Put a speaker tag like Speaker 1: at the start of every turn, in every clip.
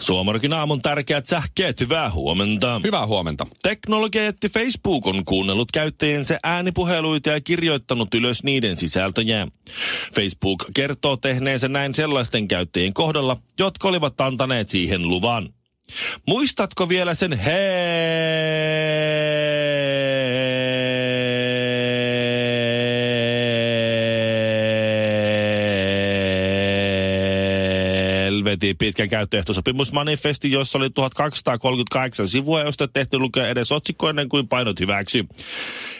Speaker 1: Suomarkin aamun tärkeät sähkeet, hyvää huomenta.
Speaker 2: Hyvää huomenta.
Speaker 1: Teknologiaetti Facebook on kuunnellut käyttäjensä äänipuheluita ja kirjoittanut ylös niiden sisältöjä. Facebook kertoo tehneensä näin sellaisten käyttäjien kohdalla, jotka olivat antaneet siihen luvan. Muistatko vielä sen helvetin pitkän käyttöehtosopimusmanifesti, jossa oli 1238 sivua, josta tehty lukea edes otsikko ennen kuin painot hyväksy.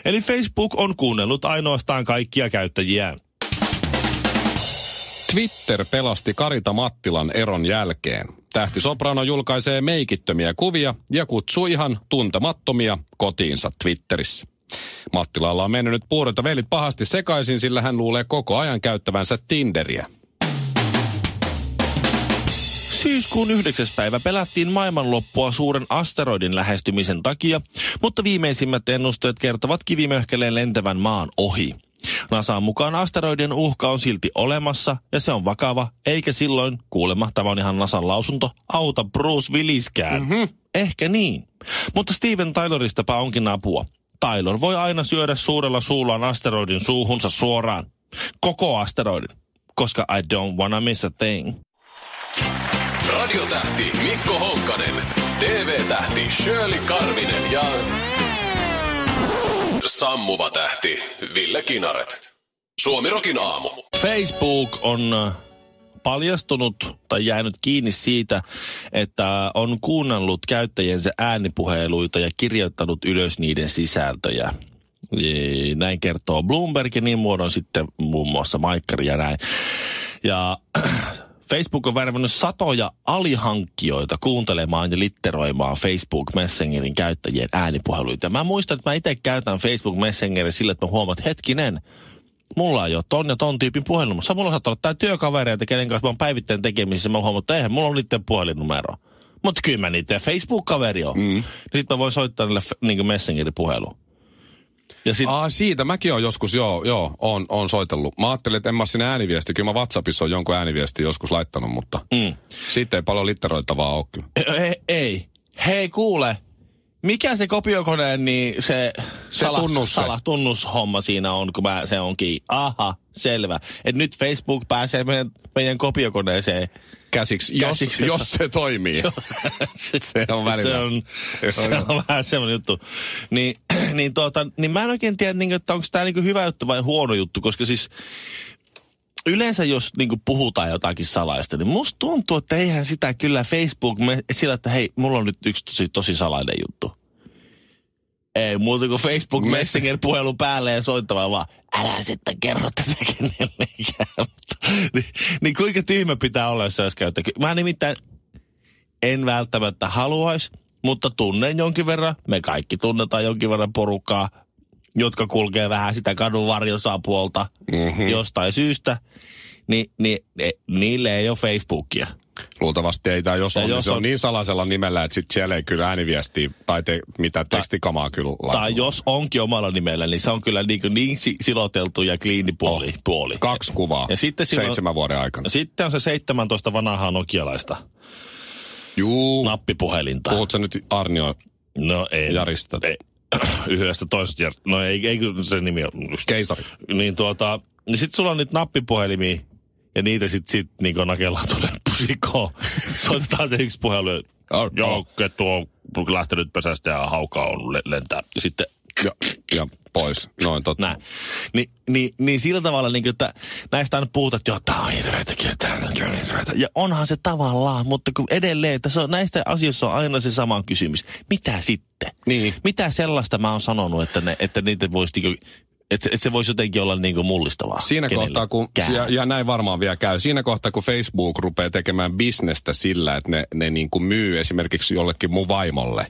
Speaker 1: Eli Facebook on kuunnellut ainoastaan kaikkia käyttäjiä.
Speaker 2: Twitter pelasti Karita Mattilan eron jälkeen. Tähti Soprano julkaisee meikittömiä kuvia ja kutsuu ihan tuntemattomia kotiinsa Twitterissä. Mattilalla on mennyt puuret ja velit pahasti sekaisin, sillä hän luulee koko ajan käyttävänsä Tinderiä.
Speaker 1: Syyskuun 9. päivä pelättiin maailmanloppua suuren asteroidin lähestymisen takia, mutta viimeisimmät ennusteet kertovat kivimöhkeleen lentävän maan ohi. NASAn mukaan asteroidin uhka on silti olemassa ja se on vakava, eikä silloin, kuulemma, tämä on ihan NASAn lausunto, auta Bruce Williskään. Mm-hmm. Ehkä niin. Mutta Steven Tayloristapa onkin apua. Taylor voi aina syödä suurella suullaan asteroidin suuhunsa suoraan. Koko asteroidin. Koska I don't wanna miss a thing.
Speaker 3: Radiotähti Mikko Honkanen, TV-tähti Shirley Karvinen ja sammuva tähti Ville Kinaret. Suomirokin aamu.
Speaker 1: Facebook on äh, paljastunut tai jäänyt kiinni siitä, että on kuunnellut käyttäjensä äänipuheluita ja kirjoittanut ylös niiden sisältöjä. Ee, Näin kertoo Bloomberg ja niin muodon sitten muun muassa Maikkari ja näin. Ja Facebook on värvännyt satoja alihankkijoita kuuntelemaan ja litteroimaan Facebook Messengerin käyttäjien äänipuheluita. Mä muistan, että mä itse käytän Facebook Messengerin sillä, että mä huomaan, että hetkinen, mulla ei ole ton ja ton tyypin puhelinnumero. Mulla saattaa olla tää työkavereita, kenen kanssa mä oon päivittäin tekemisissä. Mä huomaan, että eihän mulla ole niiden puhelinnumero. Mutta kyllä mä niiden Facebook-kaveri on. Mm. Niin sit mä voin soittaa niille f- niinku Messengerin puhelu. Ja sit,
Speaker 2: Aa, siitä mäkin on joskus, joo, joo, on, on soitellut. Mä ajattelin, että en mä oo sinne ääniviesti. Kyllä mä WhatsAppissa on jonkun ääniviesti joskus laittanut, mutta
Speaker 1: Mm.
Speaker 2: siitä ei paljon litteroitavaa ole kyllä.
Speaker 1: ei, ei. Hei kuule, mikä se kopiokoneen niin se,
Speaker 2: Se tunnus se.
Speaker 1: sala, tunnushomma siinä on, kun mä, se onkin, aha, selvä. Et nyt Facebook pääsee meidän, meidän kopiokoneeseen.
Speaker 2: Käsiksi, jos,
Speaker 1: Käsiksi.
Speaker 2: jos se toimii.
Speaker 1: se,
Speaker 2: Se on välillä.
Speaker 1: Se on, se on vähän semmoinen juttu. Niin, niin, tuota, niin mä en oikein tiedä, niin, että onko tämä niin hyvä juttu vai huono juttu, koska siis yleensä jos niin puhutaan jotakin salaista, niin musta tuntuu, että eihän sitä kyllä Facebook, me, sillä että hei, mulla on nyt yksi tosi, tosi salainen juttu. Ei muuta kuin Facebook
Speaker 2: Me-
Speaker 1: Messenger-puhelu päälle ja soittamaan vaan, älä sitten kerro tätä kenellekään. niin, niin kuinka tyhmä pitää olla, jos se olisi käyttö. Mä nimittäin en välttämättä haluaisi, mutta tunnen jonkin verran. Me kaikki tunnetaan jonkin verran porukkaa, jotka kulkee vähän sitä kadun varjosapuolta
Speaker 2: Mhm.
Speaker 1: mm-hmm. jostain syystä. Ni, ni, ne, niille ei ole Facebookia.
Speaker 2: Luultavasti ei tämä, jos
Speaker 1: Ja
Speaker 2: on, niin
Speaker 1: jos
Speaker 2: se
Speaker 1: on-
Speaker 2: on niin salaisella nimellä, että sit siellä ei kyllä ääniviestiä tai te, mitä tekstikamaa kyllä
Speaker 1: Tai
Speaker 2: laiteta.
Speaker 1: jos onkin omalla nimellä, niin se on kyllä niin, niin si- siloteltu ja kliini puoli. Oh, puoli.
Speaker 2: Kaksi kuvaa
Speaker 1: Ja sitten silloin-
Speaker 2: seitsemän vuoden aikana.
Speaker 1: Sitten on se 17 vanhaa nokialaista
Speaker 2: Juu,
Speaker 1: nappipuhelinta.
Speaker 2: puhutko sä nyt Arnio
Speaker 1: No ei.
Speaker 2: Jarista?
Speaker 1: Ei. Yhdestä toisesta Jar- No ei, ei kyllä se nimi on.
Speaker 2: Keisari.
Speaker 1: niin tuota, niin sit sulla on niitä nappipuhelimia, ja niitä sit, sit niin nakellaan tuonne pusikoon. Soitetaan se yksi puhelu,
Speaker 2: Ar-
Speaker 1: joo, kettu on lähtenyt pesästä ja hauka on le- lentää. Ja Sitten
Speaker 2: Ja, ja pois. Noin totta.
Speaker 1: näin. Ni, niin, niin sillä tavalla, niin kuin, että näistä aina puhutaan, että joo, tää on hirveätä, kyllä tää on kyllä hirveätä. Ja onhan se tavallaan, mutta kun edelleen, että se on, näistä asioissa on aina se sama kysymys. Mitä sitten?
Speaker 2: Niin.
Speaker 1: Mitä sellaista mä oon sanonut, että, ne, että niitä voisi niin että, että se voisi jotenkin olla niin kuin mullistavaa.
Speaker 2: Siinä kohtaa, kun,
Speaker 1: kenellekään.
Speaker 2: ja, ja näin varmaan vielä käy, siinä kohtaa, kun Facebook rupeaa tekemään bisnestä sillä, että ne, ne niin kuin myy esimerkiksi jollekin mun vaimolle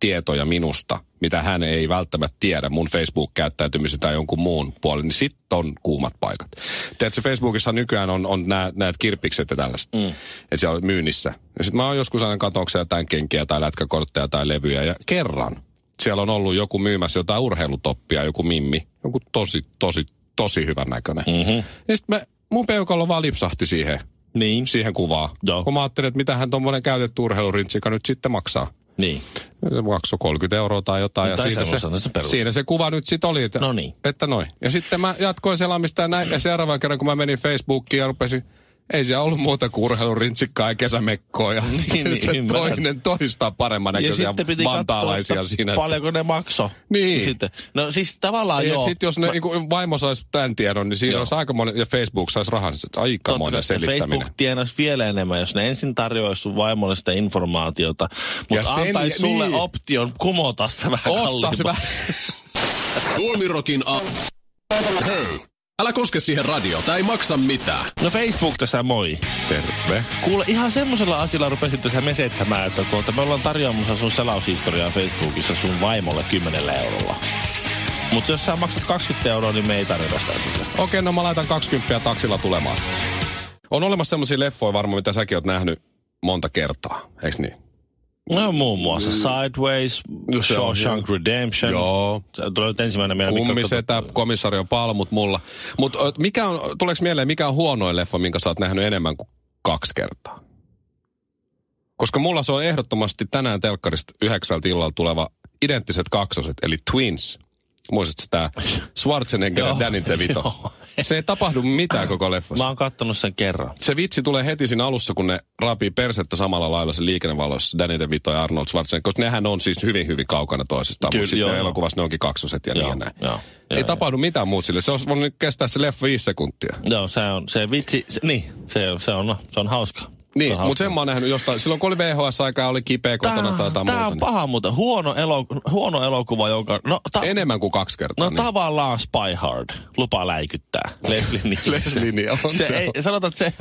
Speaker 2: tietoja minusta, mitä hän ei välttämättä tiedä mun Facebook-käyttäytymisen tai jonkun muun puolen, niin sitten on kuumat paikat. Tiedätkö, Facebookissa nykyään on, on nää, näet kirppikset ja tällaista, mm. että siellä on myynnissä. Ja sitten mä oon joskus aina katonko jotain kenkiä tai lätkäkortteja tai levyjä ja kerran siellä on ollut joku myymässä jotain urheilutoppia, joku mimmi, joku tosi, tosi, tosi hyvän näköinen. Mm-hmm. Ja sitten mä- mun peukalo vaan lipsahti siihen,
Speaker 1: Niin.
Speaker 2: siihen kuvaan.
Speaker 1: Joo.
Speaker 2: Kun mä ajattelin, että mitähän tuommoinen käytetty urheilurintsikka nyt sitten maksaa.
Speaker 1: Niin.
Speaker 2: Se maksoi 30 euroa tai jotain.
Speaker 1: No
Speaker 2: ja
Speaker 1: tai
Speaker 2: siitä se,
Speaker 1: semmoisen, no se perus.
Speaker 2: siinä se kuva nyt sitten oli, että,
Speaker 1: No niin.
Speaker 2: että noin. Ja sitten mä jatkoin selaamista ja näin. Ja seuraavan kerran, kun mä menin Facebookiin ja rupesin, ei siellä ollut muuta kuin urheilurintsikkaa ja kesämekkoa. Ja niin,
Speaker 1: niin,
Speaker 2: se
Speaker 1: ymmärrän.
Speaker 2: toinen toistaa paremman
Speaker 1: Ja
Speaker 2: näköisiä
Speaker 1: sitten piti katsoa,
Speaker 2: vantaalaisia
Speaker 1: että
Speaker 2: siinä.
Speaker 1: paljonko ne makso.
Speaker 2: Niin.
Speaker 1: Sitten. No siis tavallaan joo.
Speaker 2: Sitten jos ne, niin kuin vaimo saisi tämän tiedon, niin siinä
Speaker 1: Joo.
Speaker 2: olisi aika monen, ja Facebook saisi rahansa, että aika
Speaker 1: Totta
Speaker 2: monen
Speaker 1: kai,
Speaker 2: selittäminen.
Speaker 1: Facebook tienas vielä enemmän, jos ne ensin tarjoaisi sun vaimolle sitä informaatiota,
Speaker 2: Ja
Speaker 1: mutta
Speaker 2: sen-
Speaker 1: antaisi sulle
Speaker 2: niin.
Speaker 1: option kumota se vähän
Speaker 2: Ostaa se
Speaker 1: kalliimpaa.
Speaker 2: vähän.
Speaker 3: Tuomirokin a... Hei, älä koske siihen radio, tai ei maksa mitään.
Speaker 1: No Facebook tässä moi.
Speaker 2: Terve.
Speaker 1: Kuule, ihan semmoisella asialla rupesit tässä mesettämään, että tuota, me ollaan tarjoamassa sun selaushistoriaa Facebookissa sun vaimolle 10 eurolla. Mutta jos sä maksat 20 euroa, niin me ei tarjota sitä sulle.
Speaker 2: Okei, no mä laitan 20 taksilla tulemaan. On olemassa sellaisia leffoja varmaan, mitä säkin oot nähnyt monta kertaa, eikö niin?
Speaker 1: No muun muassa Sideways,
Speaker 2: Mm. No se on
Speaker 1: Shawshank Redemption.
Speaker 2: Joo.
Speaker 1: Se tulee nyt ensimmäinen mieleen. mikä-
Speaker 2: Kummisetä, komisario Palmut mulla. Mutta mikä on, tuleeko mieleen, mikä on huonoin leffa, minkä sä oot nähnyt enemmän kuin kaksi kertaa? Koska mulla se on ehdottomasti tänään telkkarista yhdeksältä illalla tuleva identtiset kaksoset, eli Twins. Muistatko tämä Schwarzenegger ja
Speaker 1: Joo.
Speaker 2: Danny DeVito?
Speaker 1: Joo.
Speaker 2: se ei tapahdu mitään koko
Speaker 1: Mä
Speaker 2: leffassa.
Speaker 1: oon kattonut sen kerran.
Speaker 2: se vitsi tulee heti siinä alussa, kun ne raapii persettä samalla lailla se liikennevaloissa, Danny DeVito ja Arnold Schwarzenegger, koska nehän on siis hyvin, hyvin kaukana toisistaan,
Speaker 1: Kyllä,
Speaker 2: mutta sitten
Speaker 1: joo,
Speaker 2: ne
Speaker 1: joo.
Speaker 2: elokuvassa ne onkin kaksoset ja joo, niin ja
Speaker 1: Joo,
Speaker 2: näin.
Speaker 1: joo,
Speaker 2: Ei
Speaker 1: joo,
Speaker 2: tapahdu mitään muuta sille, se olisi voinut kestää se leffa viisi sekuntia.
Speaker 1: Joo, se on se vitsi, se, niin, se, se on, no, se on hauska. se
Speaker 2: Niin,
Speaker 1: on
Speaker 2: mutta sen mä oon nähnyt jostain, silloin kun oli VHS-aikaa, oli kipeä kotona tai jotain
Speaker 1: tää
Speaker 2: muuta.
Speaker 1: on paha muuten. Huono, elo, huono elokuva, jonka... No, ta,
Speaker 2: niin. Enemmän kuin kaksi kertaa.
Speaker 1: no tavallaan Spy Hard. Lupa läikyttää. Leslie Nielsen.
Speaker 2: Leslie Nielsen,
Speaker 1: Se
Speaker 2: joo.
Speaker 1: ei, sanotaan, että se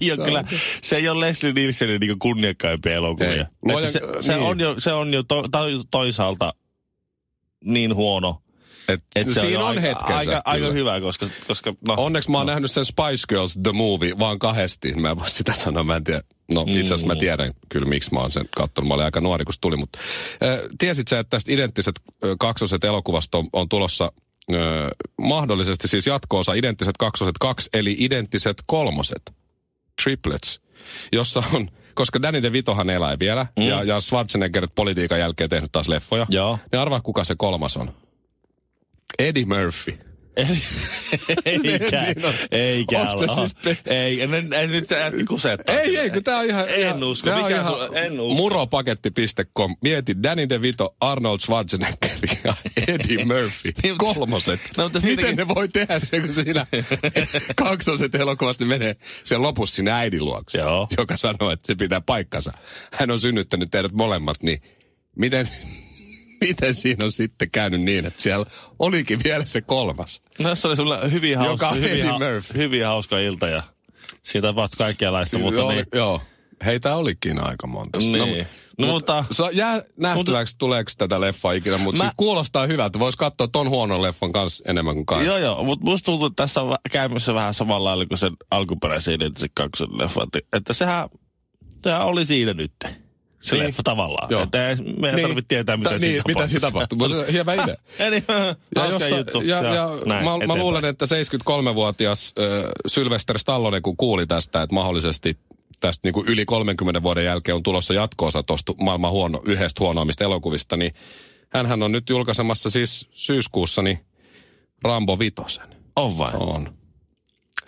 Speaker 1: ei ole kyllä, se ei ole Leslie Nielsenin niinku kunniakkaimpia
Speaker 2: Ei.
Speaker 1: elokuvia.
Speaker 2: Luojan-
Speaker 1: Että se, se,
Speaker 2: niin.
Speaker 1: on jo, se on jo to, to, toisaalta niin huono,
Speaker 2: Et,
Speaker 1: että se
Speaker 2: siinä
Speaker 1: on,
Speaker 2: on
Speaker 1: jo aika,
Speaker 2: hetkensä.
Speaker 1: aika, aika
Speaker 2: kyllä.
Speaker 1: hyvä, koska, koska no,
Speaker 2: Onneksi mä oon nähnyt sen Spice Girls The Movie vaan kahdesti. Mä en voi sitä sanoa, mä en tiedä. No itse
Speaker 1: Mm.
Speaker 2: asiassa mä tiedän kyllä, miksi mä oon sen kattonut. Mä olin aika nuori, kun se tuli, mutta äh, tiesit sä, että tästä identtiset äh, kaksoset elokuvasta on, on tulossa äh, mahdollisesti siis jatkoosa identtiset kaksoset kaksi, eli identtiset kolmoset, triplets, jossa on, koska Danny DeVitohan elää vielä, mm. ja, ja Schwarzenegger politiikan jälkeen tehnyt taas leffoja,
Speaker 1: Joo.
Speaker 2: niin arvaa kuka se kolmas on. Eddie Murphy.
Speaker 1: eikä,
Speaker 2: Niin, siinä on.
Speaker 1: eikä
Speaker 2: Onks
Speaker 1: ole.
Speaker 2: se siis pe-
Speaker 1: Ei, en, en, nyt äsken kusettaa.
Speaker 2: Ei, ei, kun tää on ihan...
Speaker 1: En
Speaker 2: ihan,
Speaker 1: usko,
Speaker 2: tää on
Speaker 1: mikä sun- en usko.
Speaker 2: Muropaketti.com. Mieti Danny DeVito, Arnold Schwarzenegger ja Eddie Murphy.
Speaker 1: Niin, mutta-
Speaker 2: Kolmoset.
Speaker 1: No, mutta
Speaker 2: Miten
Speaker 1: siinäkin-
Speaker 2: ne voi tehdä se, kun siinä kaksoset elokuvasti menee sen lopussa sinne äidin luokse,
Speaker 1: Joo.
Speaker 2: joka sanoo, että se pitää paikkansa. Hän on synnyttänyt teidät molemmat, niin miten, miten siinä on sitten käynyt niin, että siellä olikin vielä se kolmas?
Speaker 1: No se oli sulla hyvin
Speaker 2: Joka
Speaker 1: hauska,
Speaker 2: on
Speaker 1: hyvin,
Speaker 2: Eddie
Speaker 1: ha-
Speaker 2: Murphy.
Speaker 1: hyvin hauska ilta ja siitä tapahtui kaikenlaista, mutta
Speaker 2: Oli-
Speaker 1: niin.
Speaker 2: Joo. Heitä olikin aika monta.
Speaker 1: Niin. No, mutta-
Speaker 2: Sa, jää nähtäväksi, tuleeko tätä leffaa ikinä, mutta
Speaker 1: Mä-
Speaker 2: se kuulostaa hyvältä. Voisi katsoa ton huonon leffan kanssa enemmän kuin kanssa.
Speaker 1: Joo, joo, mutta musta tuntuu, että tässä on vä- käymässä vähän samalla lailla kuin sen alkuperäisen identisen kaksonen leffa. Että, että sehän, sehän oli siinä nyt. Se
Speaker 2: Niin.
Speaker 1: niin. leffa tavallaan.
Speaker 2: Joo.
Speaker 1: Joo. Että ei meidän niin. tarvitse tietää, mitä,
Speaker 2: Ta-
Speaker 1: siinä
Speaker 2: niin, mitä siinä tapahtui. Mutta hievä idea.
Speaker 1: Eli
Speaker 2: Ja,
Speaker 1: hauska
Speaker 2: jossa,
Speaker 1: juttu.
Speaker 2: ja, ja,
Speaker 1: näin,
Speaker 2: mä, mä
Speaker 1: eteenpäin.
Speaker 2: luulen, että 73-vuotias äh, Sylvester Stallone, kun kuuli tästä, että mahdollisesti tästä niin kuin yli 30 vuoden jälkeen on tulossa jatkoosa tuosta maailman huono, yhdestä huonoimmista elokuvista, niin hänhän on nyt julkaisemassa siis syyskuussa niin Rambo Vitosen.
Speaker 1: On vai?
Speaker 2: On.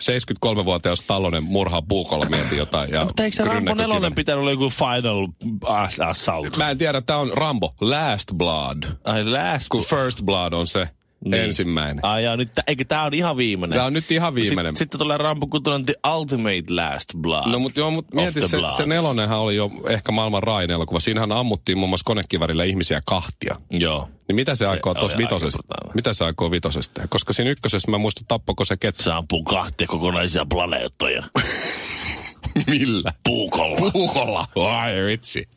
Speaker 2: 73-vuotias Tallonen murhaa puukolla mieti jotain. Ja
Speaker 1: Mutta eikö se Rambo
Speaker 2: rynnäkkökiven.
Speaker 1: nelonen pitänyt olla joku Final ass- Assault?
Speaker 2: Mä en tiedä, tää on Rambo Last Blood.
Speaker 1: Ai last.
Speaker 2: Kun First Blood on se niin. ensimmäinen.
Speaker 1: Ai jaa, nyt, tä- eikö tää on ihan viimeinen?
Speaker 2: Tää on nyt ihan viimeinen.
Speaker 1: Sitten, sitten tulee Rambo kutonen The Ultimate Last Blood.
Speaker 2: No mutta joo, mut mieti,
Speaker 1: the
Speaker 2: se,
Speaker 1: Bloods.
Speaker 2: se nelonenhan oli jo ehkä maailman raain elokuva. Siinähän ammuttiin muun muassa konekivärillä ihmisiä kahtia.
Speaker 1: Joo.
Speaker 2: Niin mitä se, se aikoo
Speaker 1: oli
Speaker 2: tuossa
Speaker 1: aika
Speaker 2: vitosesta?
Speaker 1: brutaali.
Speaker 2: Mitä se aikoo vitosesta? tehdä? Koska siinä ykkösessä mä muistan, tappoko se ketsa
Speaker 1: Se ampuu kahtia kokonaisia planeettoja.
Speaker 2: millä?
Speaker 1: Puukolla.
Speaker 2: Puukolla. Ai vitsi.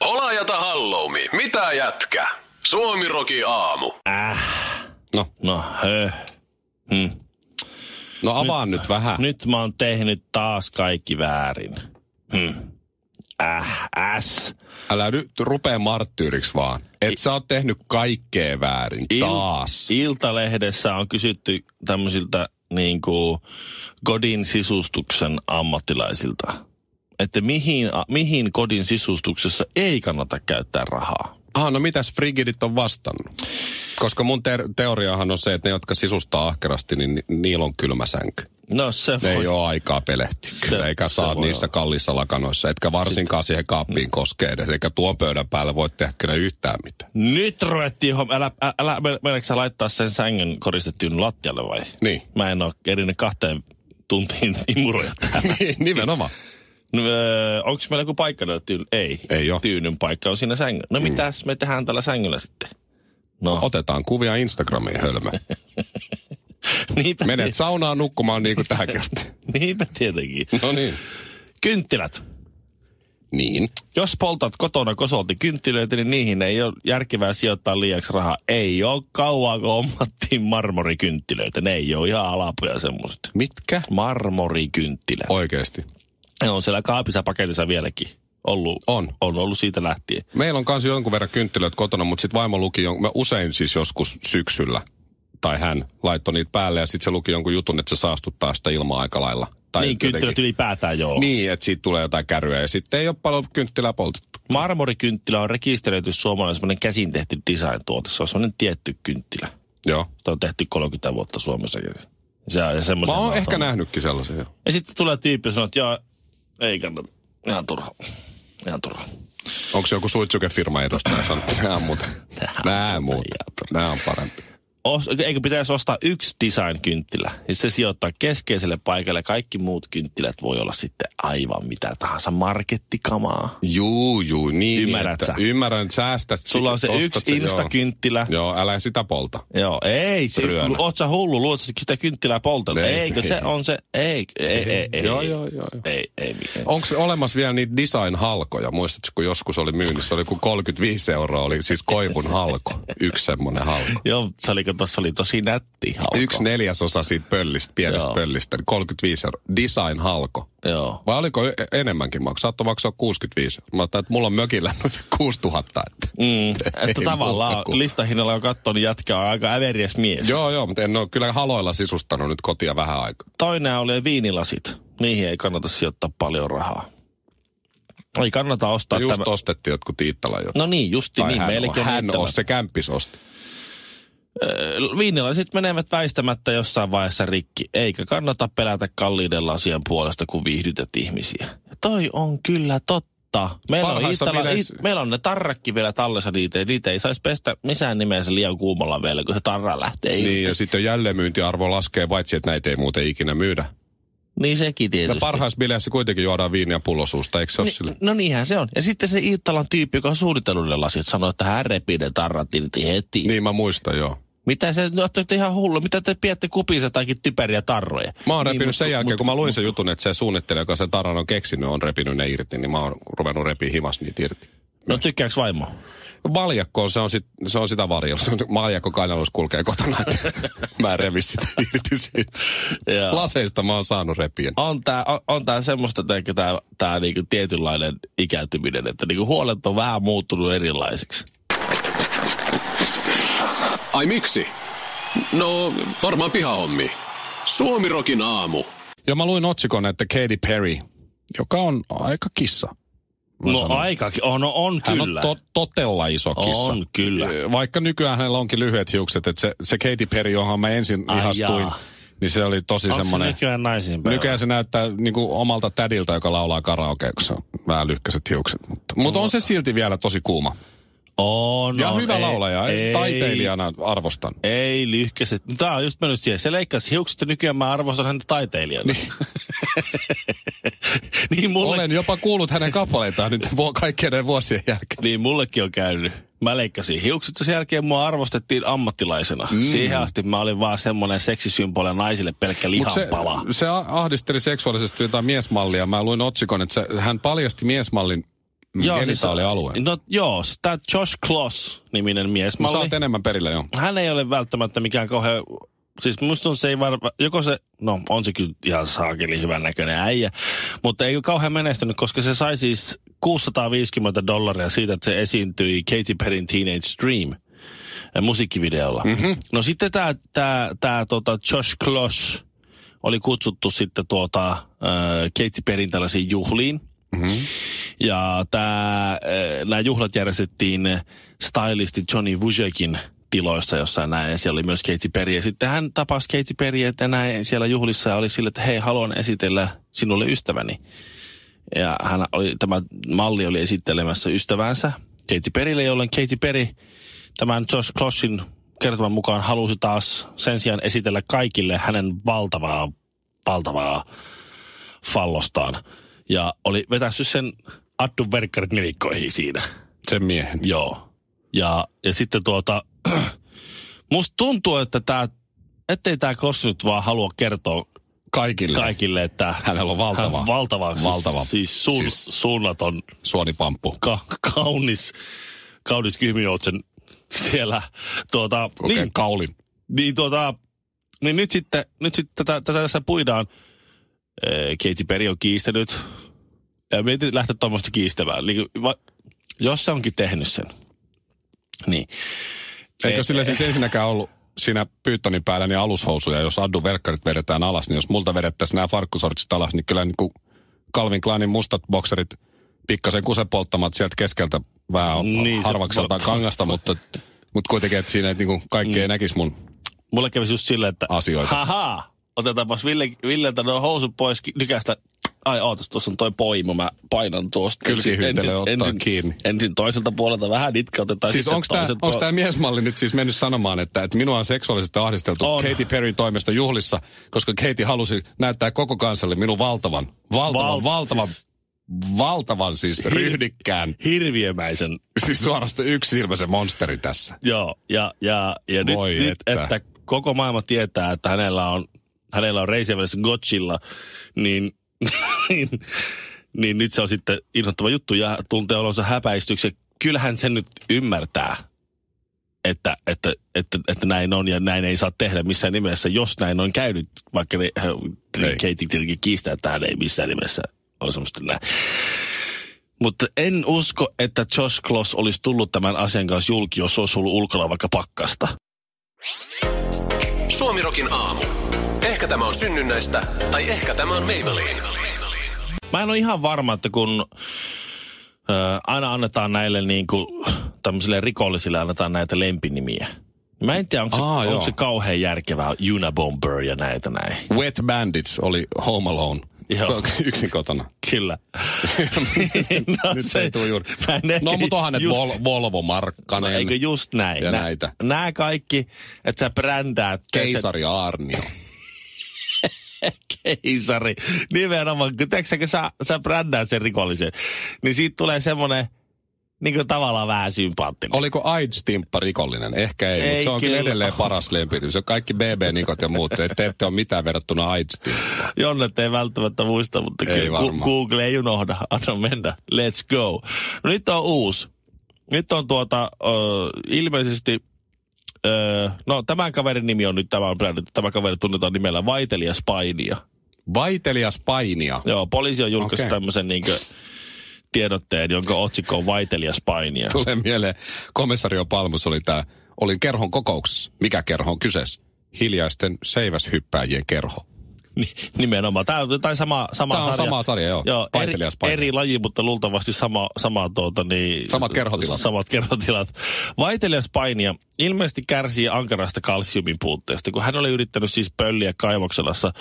Speaker 3: Ola ja hallo. Mitä jätkä? Suomiroki aamu.
Speaker 2: No,
Speaker 1: No, höh. Mm.
Speaker 2: no avaa nyt, nyt vähän. Nyt.
Speaker 1: Nyt mä oon tehnyt taas kaikki väärin. Hmm. Äh, äs.
Speaker 2: Älä nyt rupee marttyyriksi vaan. Et sä oot tehnyt kaikkea väärin.
Speaker 1: Il-
Speaker 2: Taas.
Speaker 1: Iltalehdessä on kysytty tämmöisiltä niin kuin kodin sisustuksen ammattilaisilta, että mihin, a- mihin kodin sisustuksessa ei kannata käyttää rahaa.
Speaker 2: Ah, no mitäs frigidit on vastannut? Koska mun ter- teoriahan on se, että ne, jotka sisustaa ahkerasti, niin ni- niillä on kylmä sänky.
Speaker 1: No se
Speaker 2: Ne
Speaker 1: voi-
Speaker 2: ei ole aikaa pelehtiä,
Speaker 1: Se-
Speaker 2: kyllä, eikä
Speaker 1: se
Speaker 2: saa
Speaker 1: voi
Speaker 2: niissä
Speaker 1: olla. Mm.
Speaker 2: kallissa lakanoissa, etkä varsinkaan siihen kaappiin koskee edes, eikä tuon pöydän päälle voi tehdä kyllä yhtään mitään.
Speaker 1: Nyt ruvettiin homma. Älä, ä- älä men- meneekö sä laittaa sen sängyn koristettiin lattialle vai?
Speaker 2: Niin.
Speaker 1: Mä en oo kerinyt kahteen tuntiin imuroja täällä.
Speaker 2: Niin, Nimenomaan.
Speaker 1: No, öö, onko meillä joku paikka löytyy? Ei.
Speaker 2: Ei oo. Mm.
Speaker 1: Tyynyn paikka on siinä sängyllä. No mitäs me tehdään tällä sängyllä sitten? No,
Speaker 2: Otetaan kuvia Instagramiin, hölmö.
Speaker 1: niinpä,
Speaker 2: Menet saunaan nukkumaan niin kuin tähänkin asti.
Speaker 1: niinpä tietenkin.
Speaker 2: No niin.
Speaker 1: Kynttilät.
Speaker 2: Niin.
Speaker 1: Jos poltat kotona kosolti kynttilöitä, niin niihin ei ole järkevää sijoittaa liiaksi rahaa. Ei ole kauan, kun hommattiin marmorikynttilöitä. Ne ei ole ihan alapuja semmoiset.
Speaker 2: Mitkä?
Speaker 1: Marmorikynttilät.
Speaker 2: Oikeesti.
Speaker 1: Ne on siellä kaapissa paketissa vieläkin ollut.
Speaker 2: On.
Speaker 1: On ollut siitä lähtien.
Speaker 2: Meillä on kanssa jonkun verran kynttilöitä kotona, mutta sitten vaimo luki, jon- mä usein siis joskus syksyllä, tai hän laittoi niitä päälle ja sitten se luki jonkun jutun, että se saastuttaa sitä ilmaa aika lailla. Tai
Speaker 1: niin, kynttilät
Speaker 2: jotenkin-
Speaker 1: ylipäätään joo.
Speaker 2: Niin, että siitä tulee jotain käryä ja sitten ei ole paljon kynttilää poltettu.
Speaker 1: Marmorikynttilä on rekisteröity suomalainen semmoinen käsin tehty design-tuote. Se on semmoinen tietty kynttilä.
Speaker 2: Joo.
Speaker 1: Sitä on tehty 30 vuotta Suomessa. Se on, ja
Speaker 2: Mä
Speaker 1: semmoisen
Speaker 2: oon ehkä nähnytkin sellaisia. jo.
Speaker 1: Ja sitten tulee tyyppi ja sanoo, että joo, ei kannata. Ihan turha. Ihan turha.
Speaker 2: Onko se joku suitsukefirma edustaja sanonut? Nää on muuten. Nää on muuten. Nää on parempi.
Speaker 1: Os, eikö pitäisi ostaa yksi design-kynttilä? Ja se sijoittaa keskeiselle paikalle. Kaikki muut kynttilät voi olla sitten aivan mitä tahansa markettikamaa.
Speaker 2: Juu, juu, niin.
Speaker 1: Ymmärrät
Speaker 2: että,
Speaker 1: sä?
Speaker 2: Ymmärrän, säästä.
Speaker 1: Sulla on se yksi Insta-kynttilä. Joo.
Speaker 2: Joo, älä sitä polta.
Speaker 1: ei. Se,
Speaker 2: Ryönä.
Speaker 1: oot sä hullu, luot sä sitä kynttilää poltella.
Speaker 2: Ei,
Speaker 1: Eikö
Speaker 2: ei.
Speaker 1: se on se, ei, ei, ei, ei.
Speaker 2: Joo, joo, joo, joo.
Speaker 1: Ei, ei, ei.
Speaker 2: Onko olemassa vielä niitä design-halkoja? Muistatko, kun joskus oli myynnissä, oli kuin 35 euroa, oli siis koivun halko. Yksi semmoinen halko.
Speaker 1: Joo, se oli, tuossa oli tosi nätti halko.
Speaker 2: Yksi neljäsosa siitä pöllistä, pienestä
Speaker 1: Joo.
Speaker 2: pöllistä, niin 35 euroa. Design-halko.
Speaker 1: Joo.
Speaker 2: Vai oliko e- enemmänkin maksaa? Saattoi maksaa 65. Mä ajattelin, että mulla on mökillä noin 6000. Että.
Speaker 1: Mm, että
Speaker 2: Ei
Speaker 1: tavallaan
Speaker 2: muuta kuin-
Speaker 1: listahinnalla on katsonut niin jätkä on aika äveriäs mies.
Speaker 2: Joo, joo, mutta en ole kyllä haloilla sisustanut nyt kotia vähän aikaa.
Speaker 1: Toinen oli viinilasit. Niihin ei kannata sijoittaa paljon rahaa. Ei kannata
Speaker 2: Me
Speaker 1: ostaa
Speaker 2: No just
Speaker 1: tämä.
Speaker 2: ostettiin jotkut Iittala jotain.
Speaker 1: No niin, justi niin.
Speaker 2: hän,
Speaker 1: meilläkin
Speaker 2: on,
Speaker 1: on
Speaker 2: hän
Speaker 1: riittävä.
Speaker 2: on se kämppis osti.
Speaker 1: Öö, Viinilasit menevät väistämättä jossain vaiheessa rikki. Eikä kannata pelätä kalliiden lasien puolesta, kun viihdytät ihmisiä. Ja toi on kyllä totta. Meillä on,
Speaker 2: Parhaissa
Speaker 1: Iittala,
Speaker 2: bileissä-
Speaker 1: Iit- meillä on ne tarrakki vielä tallessa, niitä, niitä ei saisi pestä missään nimessä liian kuumalla vielä, kun se tarra lähtee.
Speaker 2: Niin, ja sitten jälleenmyyntiarvo laskee, paitsi että näitä ei muuten ikinä myydä.
Speaker 1: niin sekin
Speaker 2: Ja
Speaker 1: tietysti.
Speaker 2: parhaissa bileissä kuitenkin juodaan viiniä pullosuusta, eikö se ole sille?
Speaker 1: Ni, no niinhän se on. Ja sitten se Iittalan tyyppi, joka on suunnitellut ne lasit, sanoi, että hän repii ne tarrat irti heti.
Speaker 2: Niin mä muistan, joo.
Speaker 1: Mitä se, no, olette ihan hullu, mitä te pidätte kupissa jotakin typeriä tarroja?
Speaker 2: Mä oon
Speaker 1: Niin,
Speaker 2: niin, repinyt
Speaker 1: mut-
Speaker 2: sen jälkeen,
Speaker 1: mut-
Speaker 2: kun mä luin sen jutun, että se suunnittelija, joka sen taran on keksinyt, on repinyt ne irti, niin mä oon ruvennut repiä himas niitä irti.
Speaker 1: No tykkääks vaimo?
Speaker 2: Valjakko on, se on, sit, se on sitä varjolla. Se on- Valjakko kainalus kulkee kotona. mä en revi sitä irti siitä.
Speaker 1: Joo.
Speaker 2: Laseista mä oon saanut repien.
Speaker 1: On tää, on, on tää semmoista, tää, tää, tää niinku tietynlainen ikääntyminen, että niinku huolet on vähän muuttunut erilaisiksi.
Speaker 3: Ai miksi? No, varmaan pihahommi. Suomirokin aamu.
Speaker 2: Ja mä luin otsikon, että Katy Perry, joka on aika kissa. Mä
Speaker 1: No
Speaker 2: sanon.
Speaker 1: aika, on, no on
Speaker 2: Hän
Speaker 1: kyllä.
Speaker 2: on to, totella iso kissa.
Speaker 1: On, kyllä.
Speaker 2: Vaikka nykyään hänellä onkin lyhyet hiukset, että se, se Katy Perry, johon mä ensin
Speaker 1: Ai
Speaker 2: ihastuin,
Speaker 1: jaa.
Speaker 2: niin se oli tosi
Speaker 1: Onko se
Speaker 2: semmoinen...
Speaker 1: nykyään naisiin päivä?
Speaker 2: Nykyään se näyttää niin kuin omalta tädiltä, joka laulaa karaoke, kun se on vähän lyhkäiset hiukset. Mutta, mutta on se silti vielä tosi kuuma.
Speaker 1: On,
Speaker 2: Ja
Speaker 1: on,
Speaker 2: hyvä
Speaker 1: No, ei-
Speaker 2: laulaja.
Speaker 1: ei-
Speaker 2: Ei, taiteilijana arvostan.
Speaker 1: Ei lyhkäset. Tämä on just mennyt siihen. Se leikkasi hiukset ja nykyään mä arvostan häntä taiteilijana. Niin, niin, mulle,
Speaker 2: Olen jopa kuullut hänen kappaleitaan nyt vuo- kaikkien näiden vuosien jälkeen.
Speaker 1: niin mullekin on käynyt. Mä leikkasin hiukset ja sen jälkeen mua arvostettiin ammattilaisena. Mm. Siihen asti mä olin vaan semmoinen seksisymboli ja naisille pelkkä
Speaker 2: Mut se,
Speaker 1: lihanpala.
Speaker 2: se a- ahdisteli seksuaalisesti jotain miesmallia. Mä luin otsikon, että se, hän paljasti miesmallin
Speaker 1: siis
Speaker 2: genitaalialue.
Speaker 1: No joo, tämä Josh Kloss-niminen mies.
Speaker 2: No, sä oot enemmän perillä, joo.
Speaker 1: hän ei ole välttämättä mikään kauhean... Siis musta tuntuu, se ei varma, joko se, no on se kyllä ihan saakeli hyvän näköinen äijä, mutta ei ole kauhean menestynyt, koska se sai siis 650 dollaria siitä, että se esiintyi Katy Perryn Teenage Dream äh, musiikkivideolla. Mm-hmm. No sitten tämä tää, tää, tota Josh Klosh oli kutsuttu sitten tuota, äh, Katy Perryn tällaisiin juhliin. Ja nämä juhlat järjestettiin stylisti Johnny Vujekin tiloissa jossain näin, ja siellä oli myös Katy Perry. Ja sitten hän tapasi Katy Perryä, että näin siellä juhlissa ja oli sille, että hei, haluan esitellä sinulle ystäväni. Ja hän oli, tämä malli oli esittelemässä ystävänsä Katy Perrylle, jolloin Katy Perry tämän Josh Klossin kertoman mukaan halusi taas sen sijaan esitellä kaikille hänen valtavaa, valtavaa fallostaan. Ja oli vetässyt sen Addu Verkkarit nelikkoihin siinä.
Speaker 2: Sen miehen.
Speaker 1: Joo. Ja, ja sitten tuota, musta tuntuu, että tää, ettei tämä Klossi nyt vaan halua kertoa
Speaker 2: Kaikille.
Speaker 1: kaikille, että
Speaker 2: Hänellä on valtava-
Speaker 1: hän on valtava,
Speaker 2: valtava-
Speaker 1: siis, siis, suun,
Speaker 2: siis-
Speaker 1: siis suunnaton
Speaker 2: Suonipamppu.
Speaker 1: ka- kaunis, kaunis kyhmijoutsen siellä. Tuota,
Speaker 2: Okei, okay, kaulin.
Speaker 1: niin, tota, niin nyt sitten, nyt sitten tätä, tätä tässä puidaan. Ee, Katy Perry on kiistänyt. Ja mietin lähteä tuommoista kiistämään. Niin, kuin va, jos se onkin tehnyt sen. Niin.
Speaker 2: Eikö
Speaker 1: Ei-
Speaker 2: sillä siis ensinnäkään ollut siinä pyyttonin päällä niin alushousuja, jos Addu verkkarit vedetään alas, niin jos multa vedettäisiin nämä farkkusortsit alas, niin kyllä niin kuin Calvin Kleinin mustat bokserit pikkasen kusepolttamat sieltä keskeltä vähän niin,
Speaker 1: Niin, se-
Speaker 2: harvakseltaan kangasta, mutta, mutta kuitenkin, että siinä että niin kaikki mm. ei näkisi mun.
Speaker 1: Mulle kävi just silleen, että...
Speaker 2: Asioita.
Speaker 1: Haha! Otetaanpas Ville, Villeltä nuo housut pois ki- nykästä. Ai ootas, tuossa on toi poimu, mä painan tuosta.
Speaker 2: Kylkihyytelö ottaa
Speaker 1: ensin,
Speaker 2: kiinni.
Speaker 1: Ensin toiselta puolelta vähän itkä otetaan.
Speaker 2: Siis
Speaker 1: sitten
Speaker 2: onko tämä
Speaker 1: toiselta
Speaker 2: onks
Speaker 1: puolelta.
Speaker 2: tää miesmalli nyt siis mennyt sanomaan, että, että minua on seksuaalisesti ahdisteltu
Speaker 1: On.
Speaker 2: Katy Perryn toimesta juhlissa, koska Katy halusi näyttää koko kansalle minun valtavan, valtavan,
Speaker 1: Val-
Speaker 2: valtavan,
Speaker 1: siis-
Speaker 2: valtavan siis ryhdikkään
Speaker 1: Hirviömäisen
Speaker 2: Siis suorasta yksi se monsteri tässä.
Speaker 1: Joo, ja, ja, ja nyt,
Speaker 2: Voi
Speaker 1: nyt
Speaker 2: että.
Speaker 1: että. että koko maailma tietää, että hänellä on, hänellä on reisivälissä Godzilla, niin, niin, niin nyt se on sitten inhottava juttu ja tuntee olonsa häpäistyksen. Kyllähän sen nyt ymmärtää, että, että, että, että näin on ja näin ei saa tehdä missään nimessä, jos näin on käynyt, vaikka ne, hän-
Speaker 2: Ei.
Speaker 1: Katie tietenkin kiistää, että hän ei missään nimessä ole semmoista näin. Mutta en usko, että Josh Kloss olisi tullut tämän asian kanssa julki, jos olisi ollut ulkona vaikka pakkasta.
Speaker 3: Suomirokin aamu. Ehkä tämä on synnynnäistä, tai ehkä tämä on Maybelline.
Speaker 1: Mä en ole ihan varma, että kun ö, aina annetaan näille niin kuin, tämmöisille rikollisille annetaan näitä lempinimiä. Mä en tiedä, onko se,
Speaker 2: Aa, joo.
Speaker 1: onko se kauhean järkevää Unabomber ja näitä näin.
Speaker 2: Wet Bandits oli Home Alone.
Speaker 1: Joo.
Speaker 2: Yksin kotona.
Speaker 1: Kyllä. no,
Speaker 2: Nyt se ei tule juuri.
Speaker 1: Mä en ehkä-
Speaker 2: No, mutta onhan ne
Speaker 1: just- No,
Speaker 2: Vol- Volvo Markkanen,
Speaker 1: Eikö just näin?
Speaker 2: Ja
Speaker 1: Nä-
Speaker 2: näitä.
Speaker 1: Nää kaikki, että sä brändäät.
Speaker 2: Keisari Aarnio.
Speaker 1: keisari. Nimenomaan, kun tiedätkö, sä, kun sä, sä brändäät sen rikollisen, niin siitä tulee semmoinen niin kuin tavallaan vähän sympaattinen.
Speaker 2: Oliko AIDS-timppa rikollinen? Ehkä ei, ei mutta
Speaker 1: Ei
Speaker 2: se on kyllä
Speaker 1: kyllä.
Speaker 2: edelleen paras lempi. Se on kaikki BB-nikot ja muut. Te- Te ette ole mitään verrattuna aids
Speaker 1: Jonnet ei välttämättä muista, mutta
Speaker 2: Ei
Speaker 1: kyllä Gu-
Speaker 2: varmaan.
Speaker 1: Google ei unohda. Anna mennä. Let's go. No nyt on uusi. Nyt on tuota, ö, ilmeisesti, ö, no tämän kaverin nimi on nyt, tämä, on bränditty, tämä kaveri tunnetaan nimellä Vaitelija Spainia.
Speaker 2: Vaitelias painia.
Speaker 1: Joo, poliisi on julkaissut
Speaker 2: Okei.
Speaker 1: okay. tämmöisen niinkö tiedotteen, jonka otsikko on Vaitelija Spainia.
Speaker 2: Tulee mieleen, komisario Palmus oli tämä, olin kerhon kokouksessa. Mikä kerho on kyseessä? Hiljaisten seiväshyppääjien kerho.
Speaker 1: Ni- Nimenomaan. Tämä on jotain sama, sama
Speaker 2: Tää on
Speaker 1: sarja.
Speaker 2: sama sarja, joo.
Speaker 1: joo eri,
Speaker 2: Vaitelias Spainia.
Speaker 1: eri laji, mutta luultavasti sama, sama tuota, niin,
Speaker 2: Samat kerhotilat.
Speaker 1: Samat kerhotilat. Vaitelias Spainia ilmeisesti kärsii ankarasta kalsiumin puutteesta, kun hän oli yrittänyt siis pölliä kaivokselassa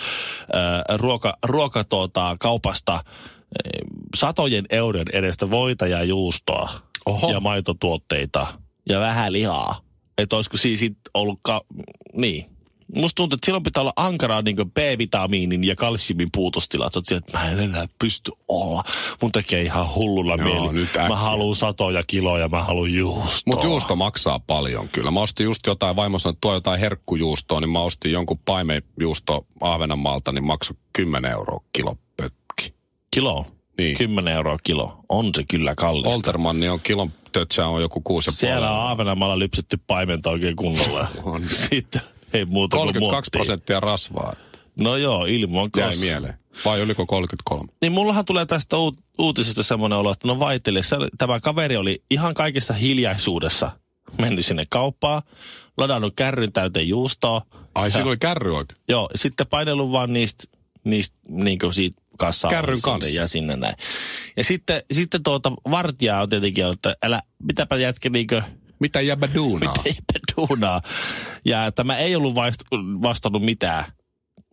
Speaker 1: ää, ruoka, ruoka tuota, kaupasta ää, satojen euron edestä voita ja juustoa
Speaker 2: Oho.
Speaker 1: ja maitotuotteita ja vähän lihaa. Että olisiko siis sit ollut, ka- niin. Musta tuntuu, että silloin pitää olla ankaraa niin B-vitamiinin ja kalsiumin puutostila. Sä oot siellä, että mä en enää pysty olla. Mun tekee ihan hullulla
Speaker 2: Joo,
Speaker 1: mieli.
Speaker 2: nyt äkkiä.
Speaker 1: mä haluan satoja kiloja, mä haluan juustoa.
Speaker 2: Mutta juusto maksaa paljon kyllä. Mä ostin just jotain, vaimo sanoi, että tuo jotain herkkujuustoa, niin mä ostin jonkun paimejuusto Ahvenanmaalta, niin maksoi 10 euroa kilo pökki.
Speaker 1: Kilo.
Speaker 2: Niin.
Speaker 1: 10 euroa kilo. On se kyllä kallista.
Speaker 2: Oltermanni on kilon tötsä on joku kuusi ja
Speaker 1: Siellä on Aavenanmaalla lypsetty paimenta oikein kunnolla.
Speaker 2: On.
Speaker 1: Sitten ei muuta kuin
Speaker 2: 32
Speaker 1: muottiin.
Speaker 2: prosenttia rasvaa
Speaker 1: No joo, ilman
Speaker 2: jäi
Speaker 1: kos.
Speaker 2: mieleen. Vai oliko 33?
Speaker 1: Niin mullahan tulee tästä uut- uutisesta semmoinen olo, että no vaihtele, sä- tämä kaveri oli ihan kaikessa hiljaisuudessa mennyt sinne kauppaan, ladannut kärryn täyteen juustoa.
Speaker 2: Ai,
Speaker 1: Ja-
Speaker 2: sillä oli kärry oikein.
Speaker 1: Joo, sitten painellut vaan niistä, niistä niin kuin siitä kassaa.
Speaker 2: Kärryn
Speaker 1: sinne
Speaker 2: kanssa.
Speaker 1: Ja sinne näin. Ja sitten, sitten tuota vartijaa on tietenkin, ollut, että älä, mitäpä jätkä niinkö
Speaker 2: Mitä jäbä duunaa?
Speaker 1: teipä duunaa. Ja tämä ei ollut vaist, vastannut mitään.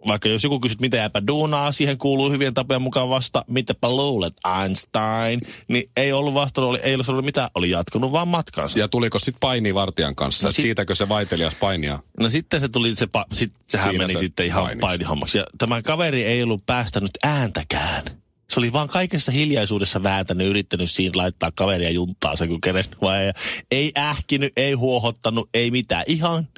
Speaker 1: Vaikka jos joku kysyt, mitä jääpä duunaa, siihen kuuluu hyvien tapojen mukaan vasta, mitäpä luulet, Einstein. Niin ei ollut vastannut, oli, ei ollut sanonut mitään, oli jatkunut vaan matkaansa.
Speaker 2: Ja tuliko sit paini vartijan
Speaker 1: No
Speaker 2: kanssa? No
Speaker 1: sit-
Speaker 2: Siitäkö se vaitelias painia?
Speaker 1: No sitten se tuli, se, pa- sit, sehän
Speaker 2: Siinä
Speaker 1: meni
Speaker 2: se
Speaker 1: sitten ihan
Speaker 2: painiksi.
Speaker 1: painihommaksi. Ja tämä kaveri ei ollut päästänyt ääntäkään. Se oli vaan kaikessa hiljaisuudessa vääntänyt, yrittänyt siinä laittaa kaveria juntaansa, kun keres vai. Ja ei ähkinyt, ei huohottanut, ei mitään. Ihan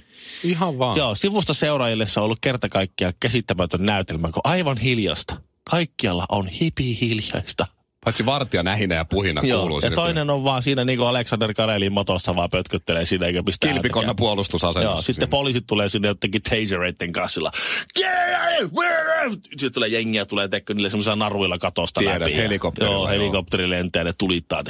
Speaker 2: Ihan vaan.
Speaker 1: Joo, sivusta seuraajille se on ollut kerta kaikkiaan käsittämätön näytelmä, kun aivan hiljasta. Kaikkialla on hipi hiljaista.
Speaker 2: Paitsi vartija nähinä ja puhina kuuluu
Speaker 1: ja
Speaker 2: sinne.
Speaker 1: toinen on vaan siinä niin kuin Alexander Karelin motossa vaan pötköttelee siinä eikä pistä ääntäkään.
Speaker 2: Kilpikonna puolustusasennossa.
Speaker 1: Joo, sitten
Speaker 2: siinä.
Speaker 1: poliisit tulee sinne jotenkin tasereiden kassilla. Sitten tulee jengiä, tulee tekkö niille semmoisilla naruilla katosta
Speaker 2: Tiedän,
Speaker 1: läpi. ja-
Speaker 2: helikopterilla,
Speaker 1: Joo,
Speaker 2: joo.
Speaker 1: helikopteri lentää ja ne tulittaa.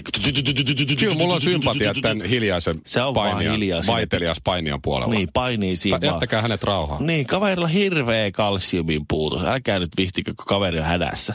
Speaker 2: Kyllä mulla on sympatia tämän hiljaisen
Speaker 1: Se on vaan
Speaker 2: painijan,
Speaker 1: hiljaa sinne.
Speaker 2: vaitelias painijan puolella.
Speaker 1: Niin, painii siinä vaan.
Speaker 2: Jättäkää hänet rauhaan.
Speaker 1: Niin, kaverilla hirveä kalsiumin puutos. Älkää nyt vihtikö, kun kaveri on hädässä.